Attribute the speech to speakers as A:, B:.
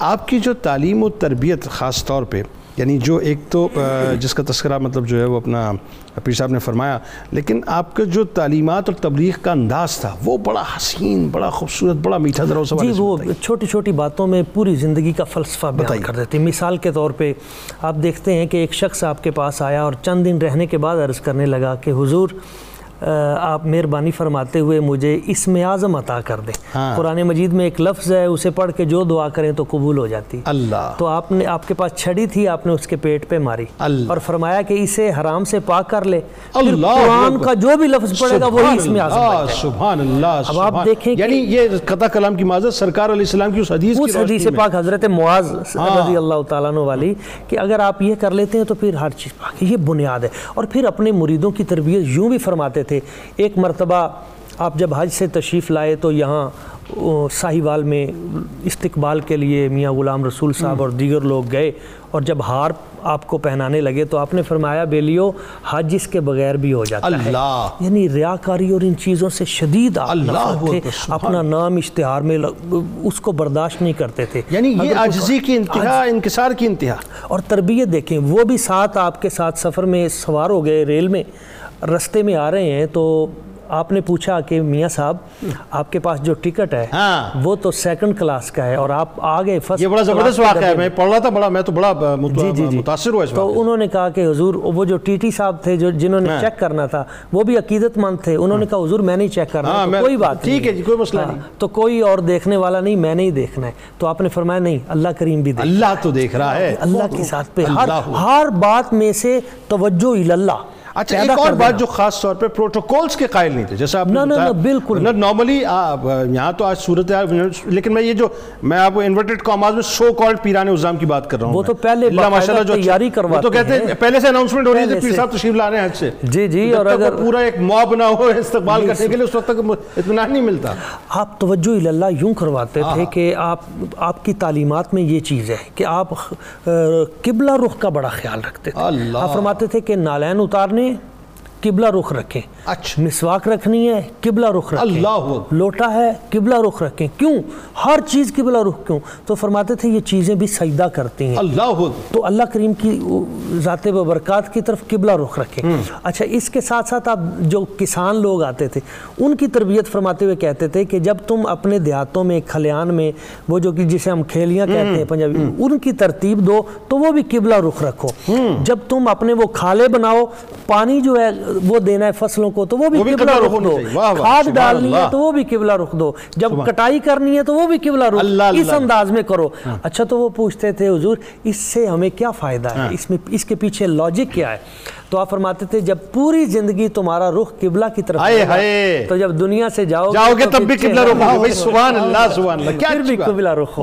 A: آپ کی جو تعلیم و تربیت خاص طور پہ یعنی جو ایک تو جس کا تذکرہ مطلب جو ہے وہ اپنا پیر صاحب نے فرمایا لیکن آپ کا جو تعلیمات اور تبلیغ کا انداز تھا وہ بڑا حسین بڑا خوبصورت بڑا میٹھا درو
B: جی وہ چھوٹی چھوٹی باتوں میں پوری زندگی کا فلسفہ بیان کر دیتے مثال کے طور پہ آپ دیکھتے ہیں کہ ایک شخص آپ کے پاس آیا اور چند دن رہنے کے بعد عرض کرنے لگا کہ حضور آپ مہربانی فرماتے ہوئے مجھے اسم اعظم عطا کر دیں
A: ہاں۔
B: قرآن مجید میں ایک لفظ ہے اسے پڑھ کے جو دعا کریں تو قبول ہو جاتی
A: اللہ
B: تو آپ نے آپ کے پاس چھڑی تھی آپ نے اس کے پیٹ پہ ماری اور فرمایا کہ اسے حرام سے پاک کر لے قرآن کا جو بھی لفظ پڑے گا وہی اسم اعظم
A: سبحان اللہ
B: اب آپ دیکھیں
A: یعنی یہ قطع کلام کی معذرت سرکار علیہ السلام کی ہاں۔ اس حدیث
B: اس حدیث پاک حضرت معاذ رضی اللہ تعالیٰ عنہ والی کہ اگر آپ یہ کر لیتے ہیں تو پھر ہر چیز پاک یہ بنیاد ہے اور پھر اپنے مریدوں کی تربیت یوں بھی فرماتے تھے ایک مرتبہ آپ جب حج سے تشریف لائے تو یہاں ساہیوال میں استقبال کے لیے میاں غلام رسول صاحب اور دیگر لوگ گئے اور جب ہار آپ کو پہنانے لگے تو آپ نے فرمایا بیلیو حج اس کے بغیر بھی ہو جاتا ہے یعنی ریاکاری اور ان چیزوں سے شدید آپ تھے اپنا نام اشتہار میں اس کو برداشت نہیں کرتے تھے
A: یعنی یہ عاجزی کی انتہا انکسار کی انتہا
B: اور تربیت دیکھیں وہ بھی ساتھ آپ کے ساتھ سفر میں سوار ہو گئے ریل میں رستے میں آ رہے ہیں تو آپ نے پوچھا کہ میاں صاحب آپ کے پاس جو ٹکٹ ہے وہ تو سیکنڈ کلاس کا ہے اور آپ آ گئے
A: ہاں۔ یہ بڑا زبردست واقعہ ہے میں پڑھ رہا تھا بڑا میں تو بڑا متاثر ہوا
B: جی، تو انہوں نے کہا کہ حضور وہ جو ٹی ٹی صاحب تھے جو جنہوں
A: ہاں۔
B: نے چیک کرنا تھا وہ بھی عقیدت مند تھے انہوں نے کہا حضور میں نہیں چیک کرنا کوئی بات
A: ہاں،
B: ہاں۔
A: ٹھیک ہے جی کوئی مسئلہ نہیں
B: تو کوئی اور دیکھنے والا نہیں میں نہیں دیکھنا ہے تو آپ نے فرمایا نہیں اللہ کریم بھی
A: اللہ تو دیکھ رہا ہے
B: اللہ کے ساتھ پہ ہر بات میں سے توجہ اللہ
A: اچھا ایک اور بات جو خاص طور پہ پروٹوکولز کے قائل نہیں تھے جیسا آپ مطلب
B: نے بالکل
A: نارملی یہاں تو آج صورت لیکن میں یہ جو میں آپ کو انورٹڈ کاماز میں سو کالڈ پیران عظام کی بات کر رہا ہوں
B: وہ تو پہلے
A: ماشاء
B: اللہ تیاری کرواتے ہیں
A: اچھا، تو کہتے ہیں پہلے سے اناؤنسمنٹ ہو رہی ہے پیر صاحب تشریف لا رہے ہیں حج سے
B: جی جی اور اگر جی،
A: پورا ایک موب نہ ہو استقبال کرنے کے لیے اس وقت تک اطمینان نہیں ملتا
B: آپ توجہ اللہ یوں کرواتے تھے کہ آپ آپ کی تعلیمات میں یہ چیز ہے کہ آپ قبلہ رخ کا بڑا خیال رکھتے تھے آپ فرماتے تھے کہ نالین اتارنے قبلہ رخ رکھیں
A: اچھا
B: مسواک رکھنی ہے قبلہ رخ رکھیں
A: اللہ
B: لوٹا ہے قبلہ رخ رکھیں کیوں ہر چیز قبلہ رخ کیوں تو فرماتے تھے یہ چیزیں بھی سجدہ کرتی ہیں
A: اللہ
B: تو اللہ کریم کی ذات برکات کی طرف قبلہ رخ رکھیں اچھا اس کے ساتھ ساتھ آپ جو کسان لوگ آتے تھے ان کی تربیت فرماتے ہوئے کہتے تھے کہ جب تم اپنے دیہاتوں میں کھلیان میں وہ جو کہ جسے ہم کھیلیاں کہتے ہیں پنجابی ان کی ترتیب دو تو وہ بھی قبلہ رخ رکھو جب تم اپنے وہ کھالے بناؤ پانی جو ہے وہ دینا ہے فصلوں کو تو وہ بھی قبلہ رخ دو کھاد ڈالنی ہے تو وہ بھی قبلہ رخ دو جب کٹائی کرنی ہے تو وہ بھی قبلہ رخ اس انداز میں کرو اچھا تو وہ پوچھتے تھے حضور اس سے ہمیں کیا فائدہ ہے اس میں اس کے پیچھے لاجک کیا ہے تو آپ فرماتے تھے جب پوری زندگی تمہارا رخ قبلہ کی طرف تو جب دنیا سے جاؤ
A: گے تب بھی قبلہ رخ سبحان اللہ سبحان اللہ
B: پھر بھی قبلہ رخ ہو